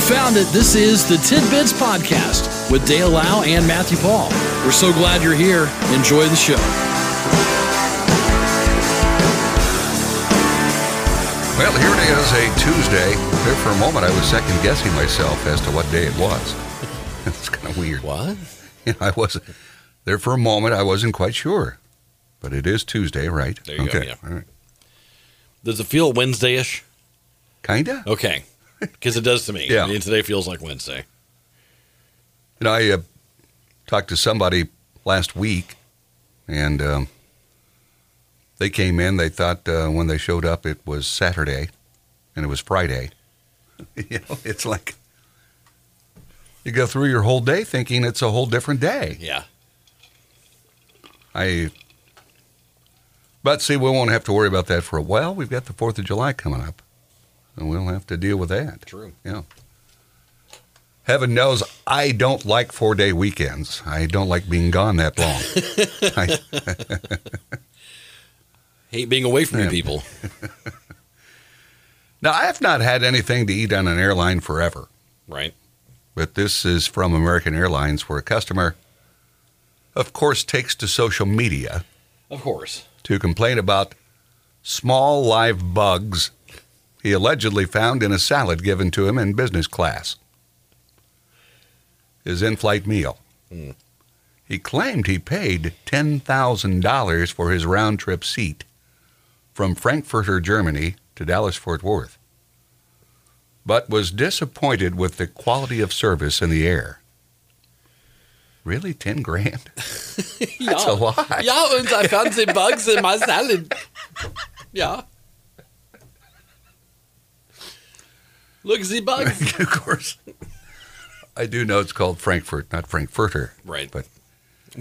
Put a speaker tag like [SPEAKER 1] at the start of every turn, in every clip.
[SPEAKER 1] found it. This is the Tidbits Podcast with Dale Lau and Matthew Paul. We're so glad you're here. Enjoy the show.
[SPEAKER 2] Well, here it is, a Tuesday. There for a moment, I was second guessing myself as to what day it was. it's kind of weird.
[SPEAKER 1] What?
[SPEAKER 2] You know, I wasn't there for a moment. I wasn't quite sure, but it is Tuesday, right?
[SPEAKER 1] There you go,
[SPEAKER 2] okay.
[SPEAKER 1] yeah.
[SPEAKER 2] All right.
[SPEAKER 1] Does it feel Wednesday ish?
[SPEAKER 2] Kinda.
[SPEAKER 1] Okay. Because it does to me.
[SPEAKER 2] Yeah.
[SPEAKER 1] I mean, today feels like Wednesday.
[SPEAKER 2] You know, I uh, talked to somebody last week, and um, they came in. They thought uh, when they showed up, it was Saturday, and it was Friday. you know, it's like you go through your whole day thinking it's a whole different day.
[SPEAKER 1] Yeah.
[SPEAKER 2] I. But see, we won't have to worry about that for a while. We've got the Fourth of July coming up, and we'll have to deal with that.
[SPEAKER 1] True.
[SPEAKER 2] Yeah. Heaven knows I don't like four day weekends. I don't like being gone that long. I,
[SPEAKER 1] Hate being away from you
[SPEAKER 2] Yeah.
[SPEAKER 1] people.
[SPEAKER 2] now, I have not had anything to eat on an airline forever.
[SPEAKER 1] Right.
[SPEAKER 2] but this is from American Airlines, where a customer, of course, takes to social media
[SPEAKER 1] Of course.
[SPEAKER 2] to complain about small live bugs he allegedly found in a salad given to him in business class. His in flight meal.
[SPEAKER 1] Hmm.
[SPEAKER 2] He claimed he paid $10,000 for his round trip seat from Frankfurter, Germany to Dallas, Fort Worth, but was disappointed with the quality of service in the air. Really, 10 grand? That's
[SPEAKER 1] Oh.
[SPEAKER 2] a lot.
[SPEAKER 1] Ja, und I found the bugs in my salad. Yeah. Look, the bugs.
[SPEAKER 2] of course. I do know it's called Frankfurt, not Frankfurter.
[SPEAKER 1] Right.
[SPEAKER 2] But-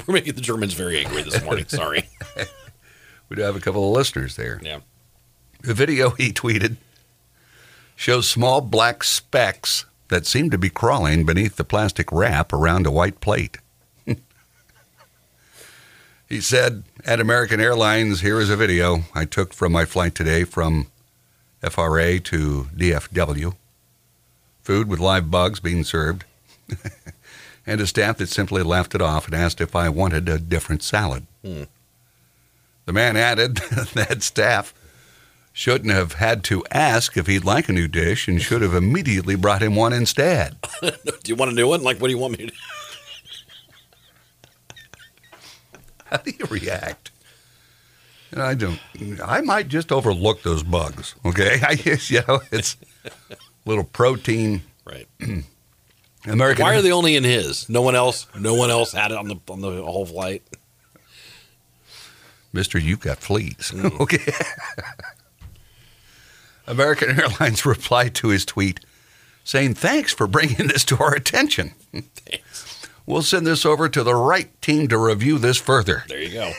[SPEAKER 1] We're making the Germans very angry this morning. Sorry.
[SPEAKER 2] We do have a couple of listeners there.
[SPEAKER 1] Yeah.
[SPEAKER 2] The video he tweeted shows small black specks that seem to be crawling beneath the plastic wrap around a white plate. he said, At American Airlines, here is a video I took from my flight today from FRA to DFW. Food with live bugs being served, and a staff that simply laughed it off and asked if I wanted a different salad.
[SPEAKER 1] Hmm.
[SPEAKER 2] The man added that staff shouldn't have had to ask if he'd like a new dish and should have immediately brought him one instead.
[SPEAKER 1] Do you want a new one? Like, what do you want me to do?
[SPEAKER 2] How do you react? And I don't. I might just overlook those bugs. Okay, I guess you know it's little protein.
[SPEAKER 1] Right.
[SPEAKER 2] American.
[SPEAKER 1] Why are they only in his? No one else. No one else had it on the on the whole flight.
[SPEAKER 2] Mister, you've got fleas. Okay. American Airlines replied to his tweet saying, Thanks for bringing this to our attention.
[SPEAKER 1] Thanks.
[SPEAKER 2] We'll send this over to the right team to review this further.
[SPEAKER 1] There you go.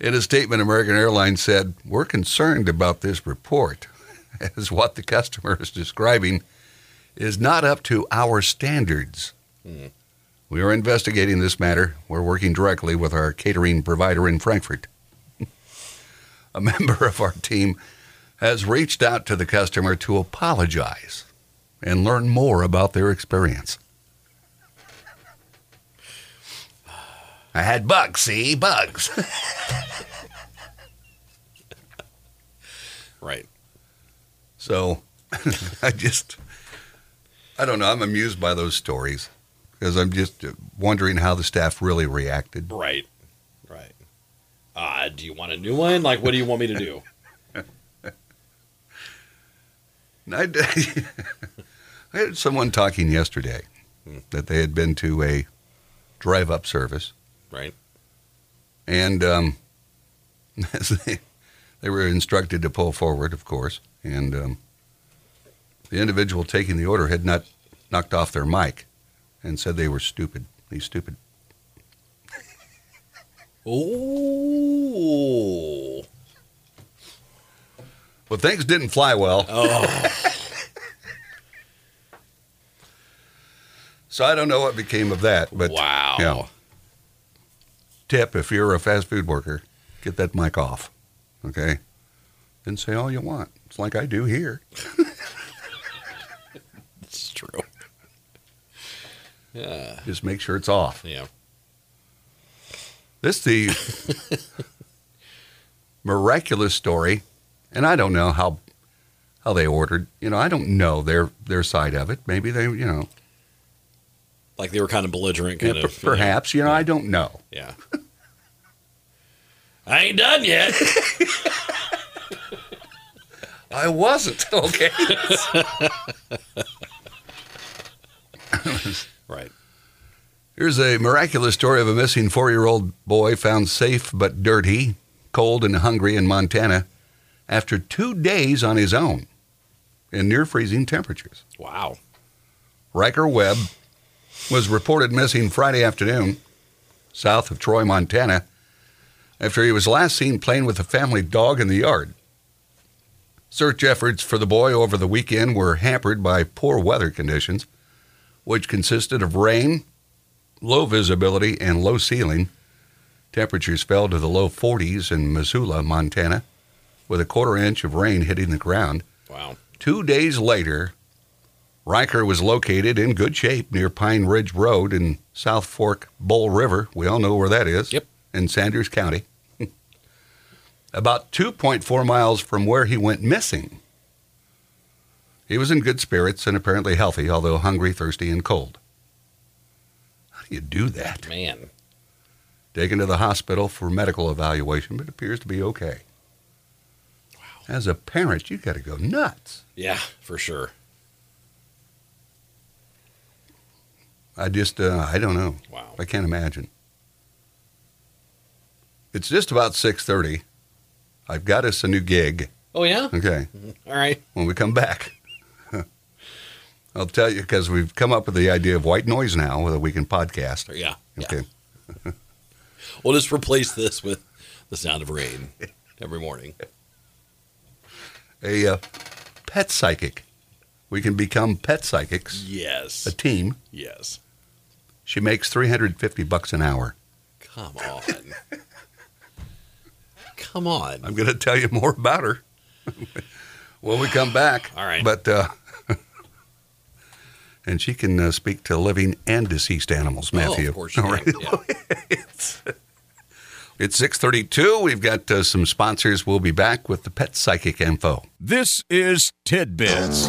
[SPEAKER 2] In a statement, American Airlines said, We're concerned about this report, as what the customer is describing is not up to our standards.
[SPEAKER 1] Hmm.
[SPEAKER 2] We are investigating this matter. We're working directly with our catering provider in Frankfurt. a member of our team has reached out to the customer to apologize and learn more about their experience. I had bugs, see? Bugs.
[SPEAKER 1] Right.
[SPEAKER 2] So I just, I don't know. I'm amused by those stories because I'm just wondering how the staff really reacted.
[SPEAKER 1] Right. Right. Uh, do you want a new one? Like, what do you want me to do?
[SPEAKER 2] And I, I heard someone talking yesterday
[SPEAKER 1] Hmm.
[SPEAKER 2] that they had been to a drive up service
[SPEAKER 1] Right.
[SPEAKER 2] and um, as they, they were instructed to pull forward, of course. And um, the individual taking the order had not knocked off their mic and said they were stupid. These stupid
[SPEAKER 1] Oh.
[SPEAKER 2] Well, things didn't fly well.
[SPEAKER 1] Oh.
[SPEAKER 2] So I don't know what became of that, but
[SPEAKER 1] wow.
[SPEAKER 2] yeah. tip if you're a fast food worker, get that mic off. Okay? Then say all you want. It's like I do here.
[SPEAKER 1] Yeah.
[SPEAKER 2] Just make sure it's off.
[SPEAKER 1] Yeah.
[SPEAKER 2] This the miraculous story, and I don't know how how they ordered. You know, I don't know their their side of it. Maybe they, you know,
[SPEAKER 1] Like they were kind of belligerent, kind
[SPEAKER 2] yeah,
[SPEAKER 1] of.
[SPEAKER 2] per-
[SPEAKER 1] you know.
[SPEAKER 2] perhaps. You know, I don't know.
[SPEAKER 1] Yeah. I ain't done yet.
[SPEAKER 2] I wasn't okay.
[SPEAKER 1] right.
[SPEAKER 2] Here's a miraculous story of a missing four-year-old boy found safe but dirty, cold and hungry in Montana, after two days on his own, in near freezing temperatures.
[SPEAKER 1] Wow.
[SPEAKER 2] Riker Webb was reported missing Friday afternoon south of Troy, Montana, after he was last seen playing with a family dog in the yard. Search efforts for the boy over the weekend were hampered by poor weather conditions, which consisted of rain, low visibility, and low ceiling. Temperatures fell to the low 40s in Missoula, Montana, with a quarter inch of rain hitting the ground.
[SPEAKER 1] Wow.
[SPEAKER 2] Two days later, Riker was located in good shape near Pine Ridge Road in South Fork Bull River. We all know where that is.
[SPEAKER 1] Yep.
[SPEAKER 2] In Sanders County. About 2.4 miles from where he went missing. He was in good spirits and apparently healthy, although hungry, thirsty, and cold. How do you do that?
[SPEAKER 1] Man.
[SPEAKER 2] Taken to the hospital for medical evaluation, but appears to be okay. Wow. As a parent, you got to go nuts.
[SPEAKER 1] Yeah, for sure.
[SPEAKER 2] I just, uh, I don't know.
[SPEAKER 1] Wow.
[SPEAKER 2] I can't imagine. It's just about six thirty. I've got us a new gig.
[SPEAKER 1] Oh, yeah?
[SPEAKER 2] Okay,
[SPEAKER 1] All right.
[SPEAKER 2] when we come back, I'll tell you because we've come up with the idea of white noise now with a weekend podcast.
[SPEAKER 1] Yeah. yeah.
[SPEAKER 2] Okay,
[SPEAKER 1] We'll just replace this with the sound of rain every morning.
[SPEAKER 2] a uh, pet psychic. We can become pet psychics. A
[SPEAKER 1] Yes.
[SPEAKER 2] team.
[SPEAKER 1] Yes.
[SPEAKER 2] She makes three hundred fifty bucks an hour.
[SPEAKER 1] Come on. Come on.
[SPEAKER 2] I'm going to tell you more about her when we come back.
[SPEAKER 1] All right.
[SPEAKER 2] But, uh, and she can uh, speak to living and deceased animals, Matthew.
[SPEAKER 1] Oh, of course you
[SPEAKER 2] All
[SPEAKER 1] can.
[SPEAKER 2] right.
[SPEAKER 1] Yeah.
[SPEAKER 2] It's 632. We've got uh, some sponsors. We'll be back with the pet psychic info.
[SPEAKER 3] This is Tidbits.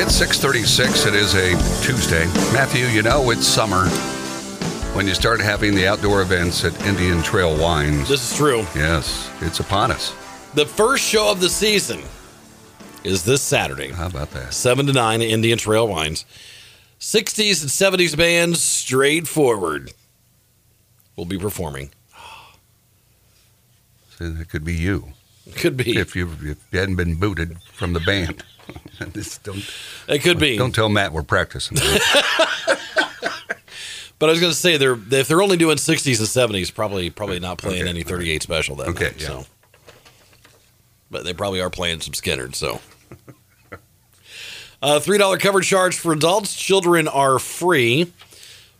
[SPEAKER 2] It's 636. It is a Tuesday. Matthew, you know it's summer when you start having the outdoor events at Indian Trail Wines.
[SPEAKER 1] This is true.
[SPEAKER 2] Yes, it's upon us.
[SPEAKER 1] The first show of the season is this Saturday,
[SPEAKER 2] How about that?
[SPEAKER 1] 7 to 9 Indian Trail Wines. 60s and 70s bands, straightforward, will be performing.
[SPEAKER 2] See, that could be you.
[SPEAKER 1] Could be.
[SPEAKER 2] if you if you hadn't been booted from the band. Just don't,
[SPEAKER 1] It could be.
[SPEAKER 2] don't tell Matt we're practicing.
[SPEAKER 1] But I was going to say they're if they're only doing 60s and 70s, probably probably not playing
[SPEAKER 2] Okay,
[SPEAKER 1] any 38 special that
[SPEAKER 2] Okay,
[SPEAKER 1] night.
[SPEAKER 2] yeah.
[SPEAKER 1] So, but they probably are playing some Skinnerd. So, uh, three dollar cover charge for adults. Children are free.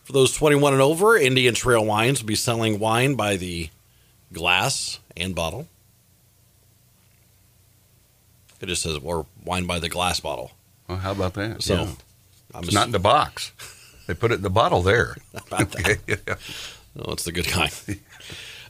[SPEAKER 1] For those 21 and over, Indian Trail Wines will be selling wine by the glass and bottle. It just says or wine by the glass bottle.
[SPEAKER 2] well, how about that?
[SPEAKER 1] So,
[SPEAKER 2] Yeah.
[SPEAKER 1] I'm
[SPEAKER 2] it's not in the box. They put it in the bottle there.
[SPEAKER 1] about that.
[SPEAKER 2] yeah.
[SPEAKER 1] Oh, it's the good kind.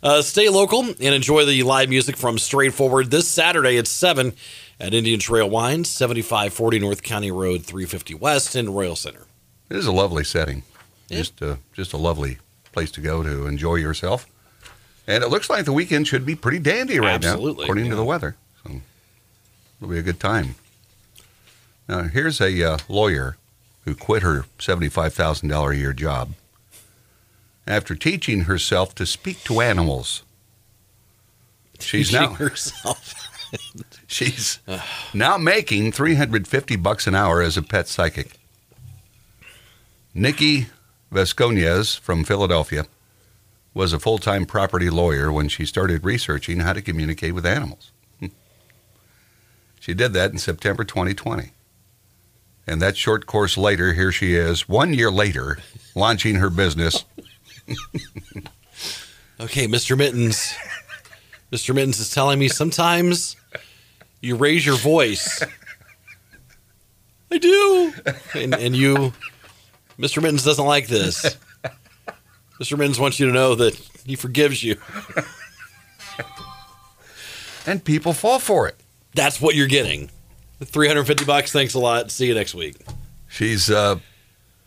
[SPEAKER 1] Uh, stay local and enjoy the live music from Straightforward this Saturday at 7 at Indian Trail Wines, 7540 North County Road, 350 West in Royal Center.
[SPEAKER 2] It is a lovely setting.
[SPEAKER 1] Yeah.
[SPEAKER 2] Just uh, just a lovely place to go to enjoy yourself. And it looks like the weekend should be pretty dandy right now,
[SPEAKER 1] Absolutely,
[SPEAKER 2] according
[SPEAKER 1] yeah.
[SPEAKER 2] to the weather. So it'll be a good time. Now here's a uh, lawyer who quit her seventy-five thousand dollar a year job after teaching herself to speak to animals. She's now
[SPEAKER 1] herself.
[SPEAKER 2] She's now making 350 bucks an hour as a pet psychic. Nikki Vasconez from Philadelphia was a full-time property lawyer when she started researching how to communicate with animals. she did that in September 2020. And that short course later, here she is, one year later, launching her business.
[SPEAKER 1] Okay, Mr. Mittens. Mr. Mittens is telling me sometimes you raise your voice I do. And, and you, Mr. Mittens doesn't like this. Mr. Mittens wants you to know that he forgives you.
[SPEAKER 2] And people fall for it.
[SPEAKER 1] That's what you're getting. 350 bucks. Thanks a lot. See you next week.
[SPEAKER 2] She's uh,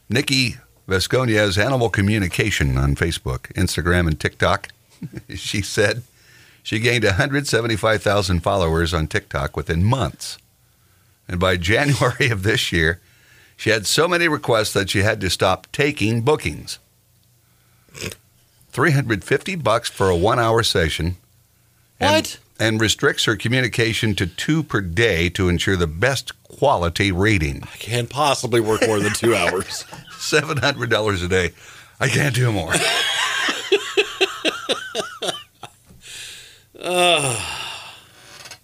[SPEAKER 2] Nikki Vasconez, Animal Communication on Facebook, Instagram, and TikTok. she said she gained 175,000 followers on TikTok within months. And by January of this year, she had so many requests that she had to stop taking bookings. 350 bucks for a one hour session. and-
[SPEAKER 1] What?
[SPEAKER 2] And restricts her communication to two per day to ensure the best quality rating.
[SPEAKER 1] I can't possibly work more than two hours.
[SPEAKER 2] seven hundred dollars a day. I can't do more.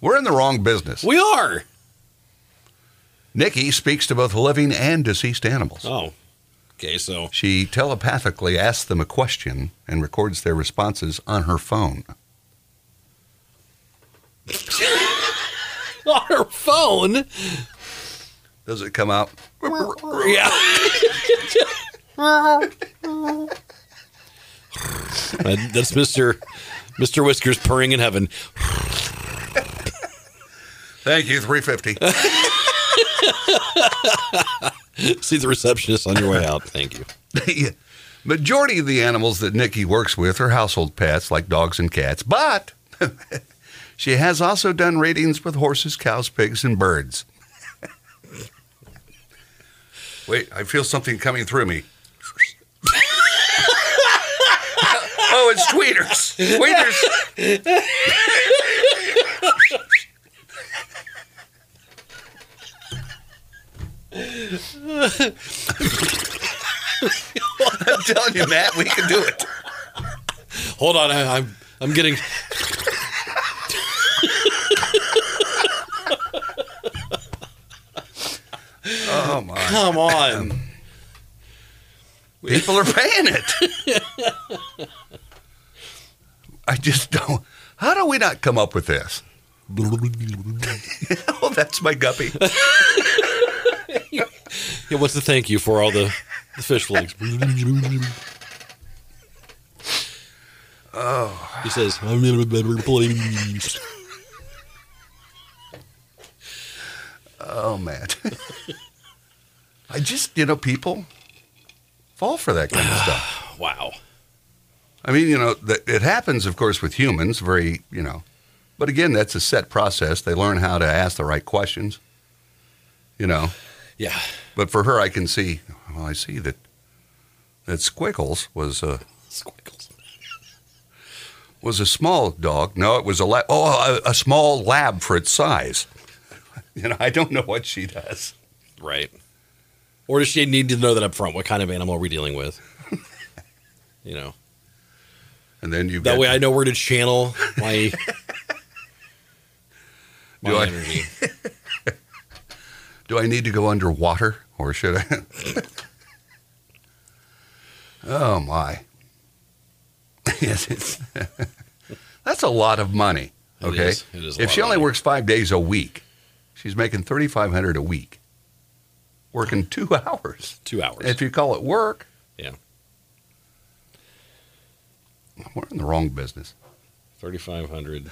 [SPEAKER 2] We're in the wrong business.
[SPEAKER 1] We are.
[SPEAKER 2] Nikki speaks to both living and deceased animals.
[SPEAKER 1] Oh. Okay, so
[SPEAKER 2] She telepathically asks them a question and records their responses on her phone.
[SPEAKER 1] on her phone.
[SPEAKER 2] Does it come out?
[SPEAKER 1] Yeah. That- that's Mr. Mr. Whiskers purring in heaven.
[SPEAKER 2] Thank you, three fifty.
[SPEAKER 1] See the receptionist on your way out. Thank you.
[SPEAKER 2] the majority of the animals that Nikki works with are household pets like dogs and cats, but she has also done ratings with horses, cows, pigs, and birds. Wait, I feel something coming through me. oh, it's tweeters. Tweeters. I'm telling you, Matt, we can do it.
[SPEAKER 1] Hold on, I, I'm I'm getting.
[SPEAKER 2] Oh, my.
[SPEAKER 1] Come on.
[SPEAKER 2] People are paying it. I just don't. How do we not come up with this? oh, that's my guppy.
[SPEAKER 1] He wants to thank you for all the, the fish legs. Oh. He says, please.
[SPEAKER 2] Oh, Matt. I just, you know, people fall for that kind of stuff.
[SPEAKER 1] Wow.
[SPEAKER 2] I mean, you know, that it happens, of course, with humans, very, you know, but again, that's a set process. They learn how to ask the right questions, you know.
[SPEAKER 1] Yeah.
[SPEAKER 2] But for her, I can see, well, I see that that Squiggles was uh, a.
[SPEAKER 1] Squiggles.
[SPEAKER 2] was a small dog. No, it was a lab. Oh, a, a small lab for its size. You know, I don't know what she does.
[SPEAKER 1] Right. Or does she need to know that up front? What kind of animal are we dealing with? You know,
[SPEAKER 2] And then you
[SPEAKER 1] that
[SPEAKER 2] got-
[SPEAKER 1] way I know where to channel my, my
[SPEAKER 2] Do I-
[SPEAKER 1] energy.
[SPEAKER 2] do I need to go underwater or should I? oh my! yes, it's that's a lot of money.
[SPEAKER 1] It
[SPEAKER 2] Okay,
[SPEAKER 1] is. It is a
[SPEAKER 2] if
[SPEAKER 1] lot
[SPEAKER 2] she
[SPEAKER 1] of
[SPEAKER 2] only
[SPEAKER 1] money.
[SPEAKER 2] works five days a week, she's making thirty five hundred a week, working two hours.
[SPEAKER 1] Two hours.
[SPEAKER 2] If you call it work.
[SPEAKER 1] Yeah.
[SPEAKER 2] We're in the wrong business.
[SPEAKER 1] 3,500.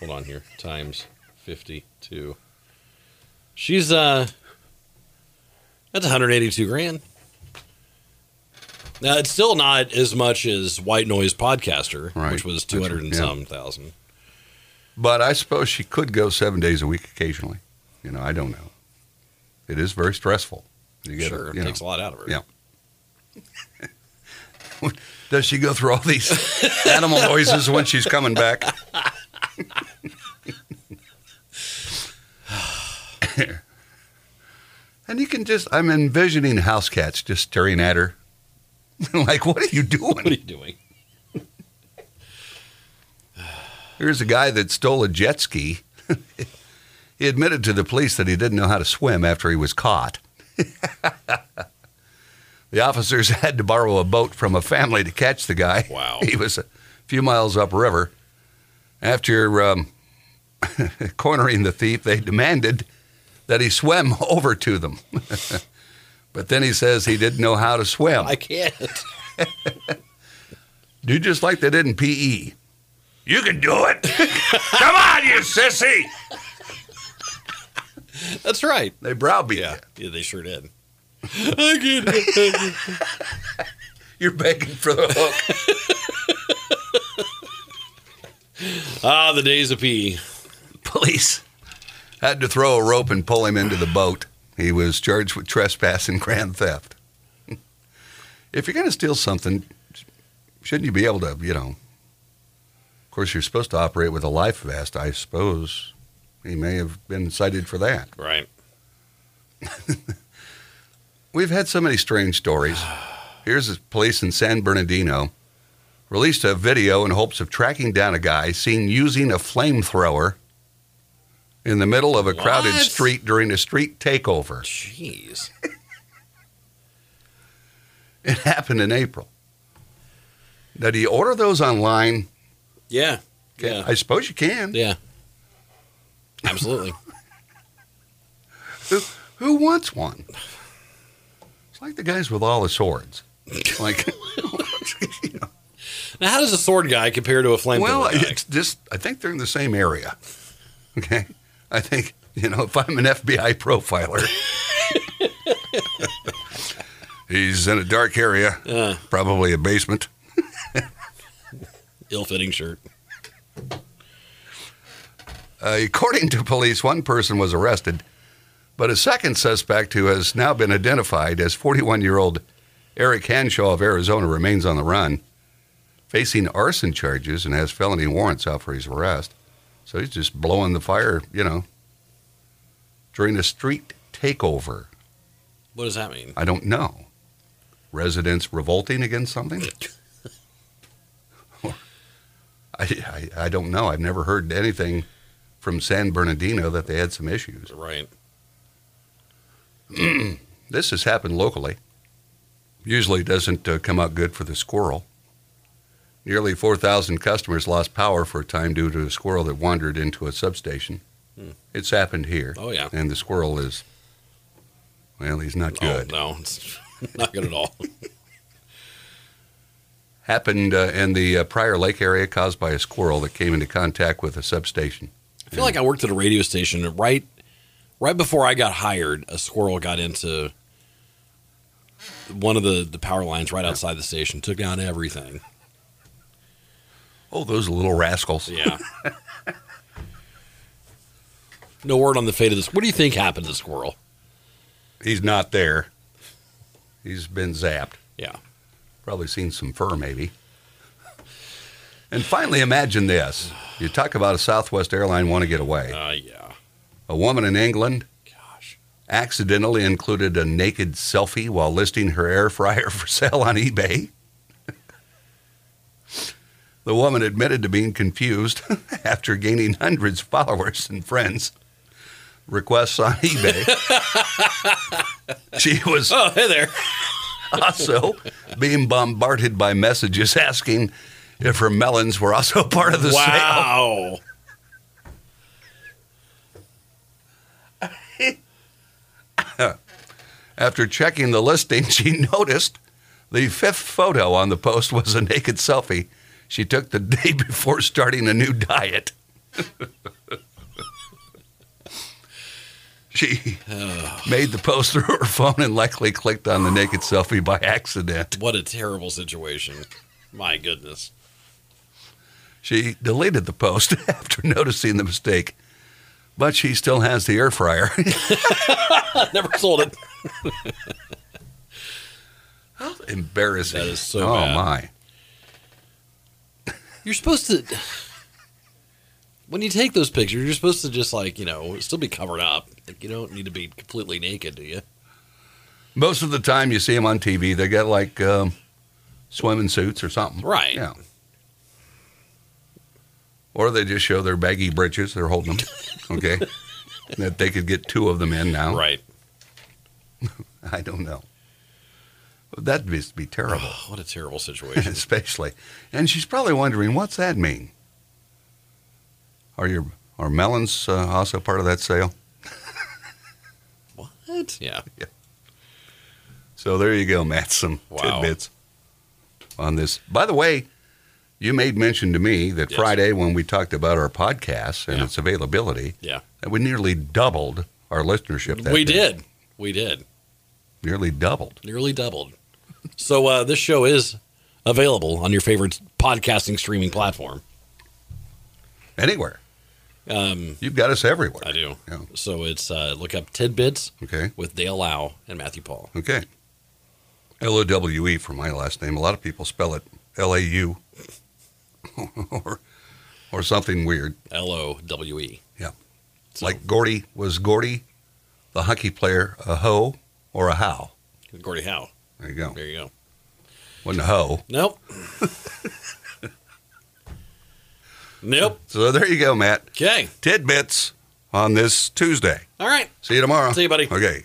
[SPEAKER 1] Hold on here. Times 52. She's, uh, that's 182 grand. Now, it's still not as much as White Noise Podcaster,
[SPEAKER 2] Right.
[SPEAKER 1] which was
[SPEAKER 2] That's right,
[SPEAKER 1] 200 and
[SPEAKER 2] yeah.
[SPEAKER 1] some thousand.
[SPEAKER 2] But I suppose she could go seven days a week occasionally. You know, I don't know. It is very stressful. You get
[SPEAKER 1] Sure.
[SPEAKER 2] you
[SPEAKER 1] takes
[SPEAKER 2] know.
[SPEAKER 1] a lot out of her.
[SPEAKER 2] Yeah. Does she go through all these animal noises when she's coming back? and you can just, I'm envisioning house cats just staring at her. like, what are you
[SPEAKER 1] What are
[SPEAKER 2] doing?
[SPEAKER 1] you doing?
[SPEAKER 2] Here's a guy that stole a jet ski. he admitted to the police that he didn't know how to swim after he was caught. the officers had to borrow a boat from a family to catch the guy.
[SPEAKER 1] Wow.
[SPEAKER 2] He was a few miles upriver. After um, cornering the thief, they demanded that he swam over to them. but then he says he didn't know how to swim.
[SPEAKER 1] I can't.
[SPEAKER 2] Do just like they did in PE. You can do it. Come on, you sissy.
[SPEAKER 1] That's right.
[SPEAKER 2] They browbeat
[SPEAKER 1] Yeah,
[SPEAKER 2] you.
[SPEAKER 1] yeah, they sure did. I get it.
[SPEAKER 2] You're begging for the hook.
[SPEAKER 1] ah, the days of PE.
[SPEAKER 2] Police had to throw a rope and pull him into the boat. He was charged with trespass and grand theft. if you're going to steal something, shouldn't you be able to, you know? Of course, you're supposed to operate with a life vest. I suppose he may have been cited for that.
[SPEAKER 1] Right.
[SPEAKER 2] We've had so many strange stories. Here's the police in San Bernardino released a video in hopes of tracking down a guy seen using a flamethrower in the middle of a crowded
[SPEAKER 1] What?
[SPEAKER 2] street during a street takeover.
[SPEAKER 1] Jeez.
[SPEAKER 2] It happened in April. Now, do you order those online?
[SPEAKER 1] Yeah. Yeah.
[SPEAKER 2] I suppose you can.
[SPEAKER 1] Yeah. Absolutely.
[SPEAKER 2] Who wants one? It's like the guys with all the swords. Like,
[SPEAKER 1] Now, how does a sword guy compare to a flamethrower
[SPEAKER 2] Well,
[SPEAKER 1] guy?
[SPEAKER 2] it's just I think they're in the same area. Okay, I think you know if I'm an FBI profiler, he's in a dark area,
[SPEAKER 1] Uh.
[SPEAKER 2] probably a basement.
[SPEAKER 1] ill-fitting shirt.
[SPEAKER 2] Uh, according to police, one person was arrested, but a second suspect who has now been identified as 41-year-old Eric Hanshaw of Arizona remains on the run, facing arson charges and has felony warrants out for his arrest. So he's just blowing the fire, you know, during a street takeover.
[SPEAKER 1] What does that mean?
[SPEAKER 2] I don't know. Residents revolting against something? I, I, I don't know. I've never heard anything from San Bernardino that they had some issues.
[SPEAKER 1] Right.
[SPEAKER 2] This has happened locally. Usually doesn't uh, come out good for the squirrel. Nearly 4,000 customers lost power for a time due to a squirrel that wandered into a substation. It's happened here.
[SPEAKER 1] Oh, yeah.
[SPEAKER 2] And the squirrel is, well, he's not good.
[SPEAKER 1] Oh, no. It's not good at all.
[SPEAKER 2] happened uh, in the uh, Prior Lake area caused by a squirrel that came into contact with a substation.
[SPEAKER 1] I feel like I worked at a radio station and right right before I got hired, a squirrel got into one of the, the power lines right outside the station, took down everything.
[SPEAKER 2] Oh, those little rascals.
[SPEAKER 1] Yeah. no word on the fate of this. What do you think happened to the squirrel?
[SPEAKER 2] He's not there. He's been zapped.
[SPEAKER 1] Yeah.
[SPEAKER 2] Probably seen some fur, maybe. And finally, imagine this. You talk about a Southwest airline want to get away.
[SPEAKER 1] Uh, yeah.
[SPEAKER 2] A woman in England
[SPEAKER 1] Gosh.
[SPEAKER 2] accidentally included a naked selfie while listing her air fryer for sale on eBay. the woman admitted to being confused after gaining hundreds of followers and friends requests on eBay. she was
[SPEAKER 1] Oh, hey there.
[SPEAKER 2] also being bombarded by messages asking if her melons were also part of the sale.
[SPEAKER 1] wow.
[SPEAKER 2] After checking the listing, she noticed the fifth photo on the post was a naked selfie she took the day before starting a new diet. she made the post through her phone and likely clicked on the naked selfie by accident.
[SPEAKER 1] What a terrible situation. My goodness.
[SPEAKER 2] She deleted the post after noticing the mistake, but she still has the air fryer.
[SPEAKER 1] Never sold it.
[SPEAKER 2] How embarrassing.
[SPEAKER 1] That is so
[SPEAKER 2] Oh,
[SPEAKER 1] bad.
[SPEAKER 2] my.
[SPEAKER 1] You're supposed to. When you take those pictures, you're supposed to just like you know still be covered up. Like you don't need to be completely naked, do you?
[SPEAKER 2] Most of the time you see them on TV, they got like um, swimming suits or something.
[SPEAKER 1] Right.
[SPEAKER 2] Yeah. Or they just show their baggy britches. They're holding them. Okay. that they could get two of them in now.
[SPEAKER 1] Right.
[SPEAKER 2] I don't know. That must be terrible,
[SPEAKER 1] What a terrible situation.
[SPEAKER 2] especially. And she's probably wondering, what's that mean? Are your are melons uh, also part of that sale?
[SPEAKER 1] What? Yeah.
[SPEAKER 2] So there you go, Matt. Some
[SPEAKER 1] Wow.
[SPEAKER 2] tidbits on this. By the way, you made mention to me that
[SPEAKER 1] Yes.
[SPEAKER 2] Friday when we talked about our podcast and
[SPEAKER 1] Yeah.
[SPEAKER 2] its availability,
[SPEAKER 1] Yeah.
[SPEAKER 2] that we nearly doubled our listenership. That
[SPEAKER 1] we
[SPEAKER 2] day.
[SPEAKER 1] did. We did.
[SPEAKER 2] nearly doubled.
[SPEAKER 1] Nearly doubled. So uh, this show is available on your favorite podcasting streaming platform.
[SPEAKER 2] Anywhere
[SPEAKER 1] Um,
[SPEAKER 2] you've got us everywhere.
[SPEAKER 1] I do.
[SPEAKER 2] Yeah.
[SPEAKER 1] So it's uh, look up tidbits
[SPEAKER 2] Okay.
[SPEAKER 1] with Dale Lau and Matthew Paul.
[SPEAKER 2] Okay. L O W E for my last name. A lot of people spell it L A U or or something weird.
[SPEAKER 1] L O W E.
[SPEAKER 2] It's like Gordy was Gordy, the hockey player, a hoe or a how.
[SPEAKER 1] Gordy Howe.
[SPEAKER 2] There you go.
[SPEAKER 1] There you go.
[SPEAKER 2] Wasn't a hoe.
[SPEAKER 1] Nope. nope.
[SPEAKER 2] So there you go, Matt.
[SPEAKER 1] Okay.
[SPEAKER 2] Tidbits on this Tuesday.
[SPEAKER 1] All right.
[SPEAKER 2] See you tomorrow.
[SPEAKER 1] See you, buddy.
[SPEAKER 2] Okay.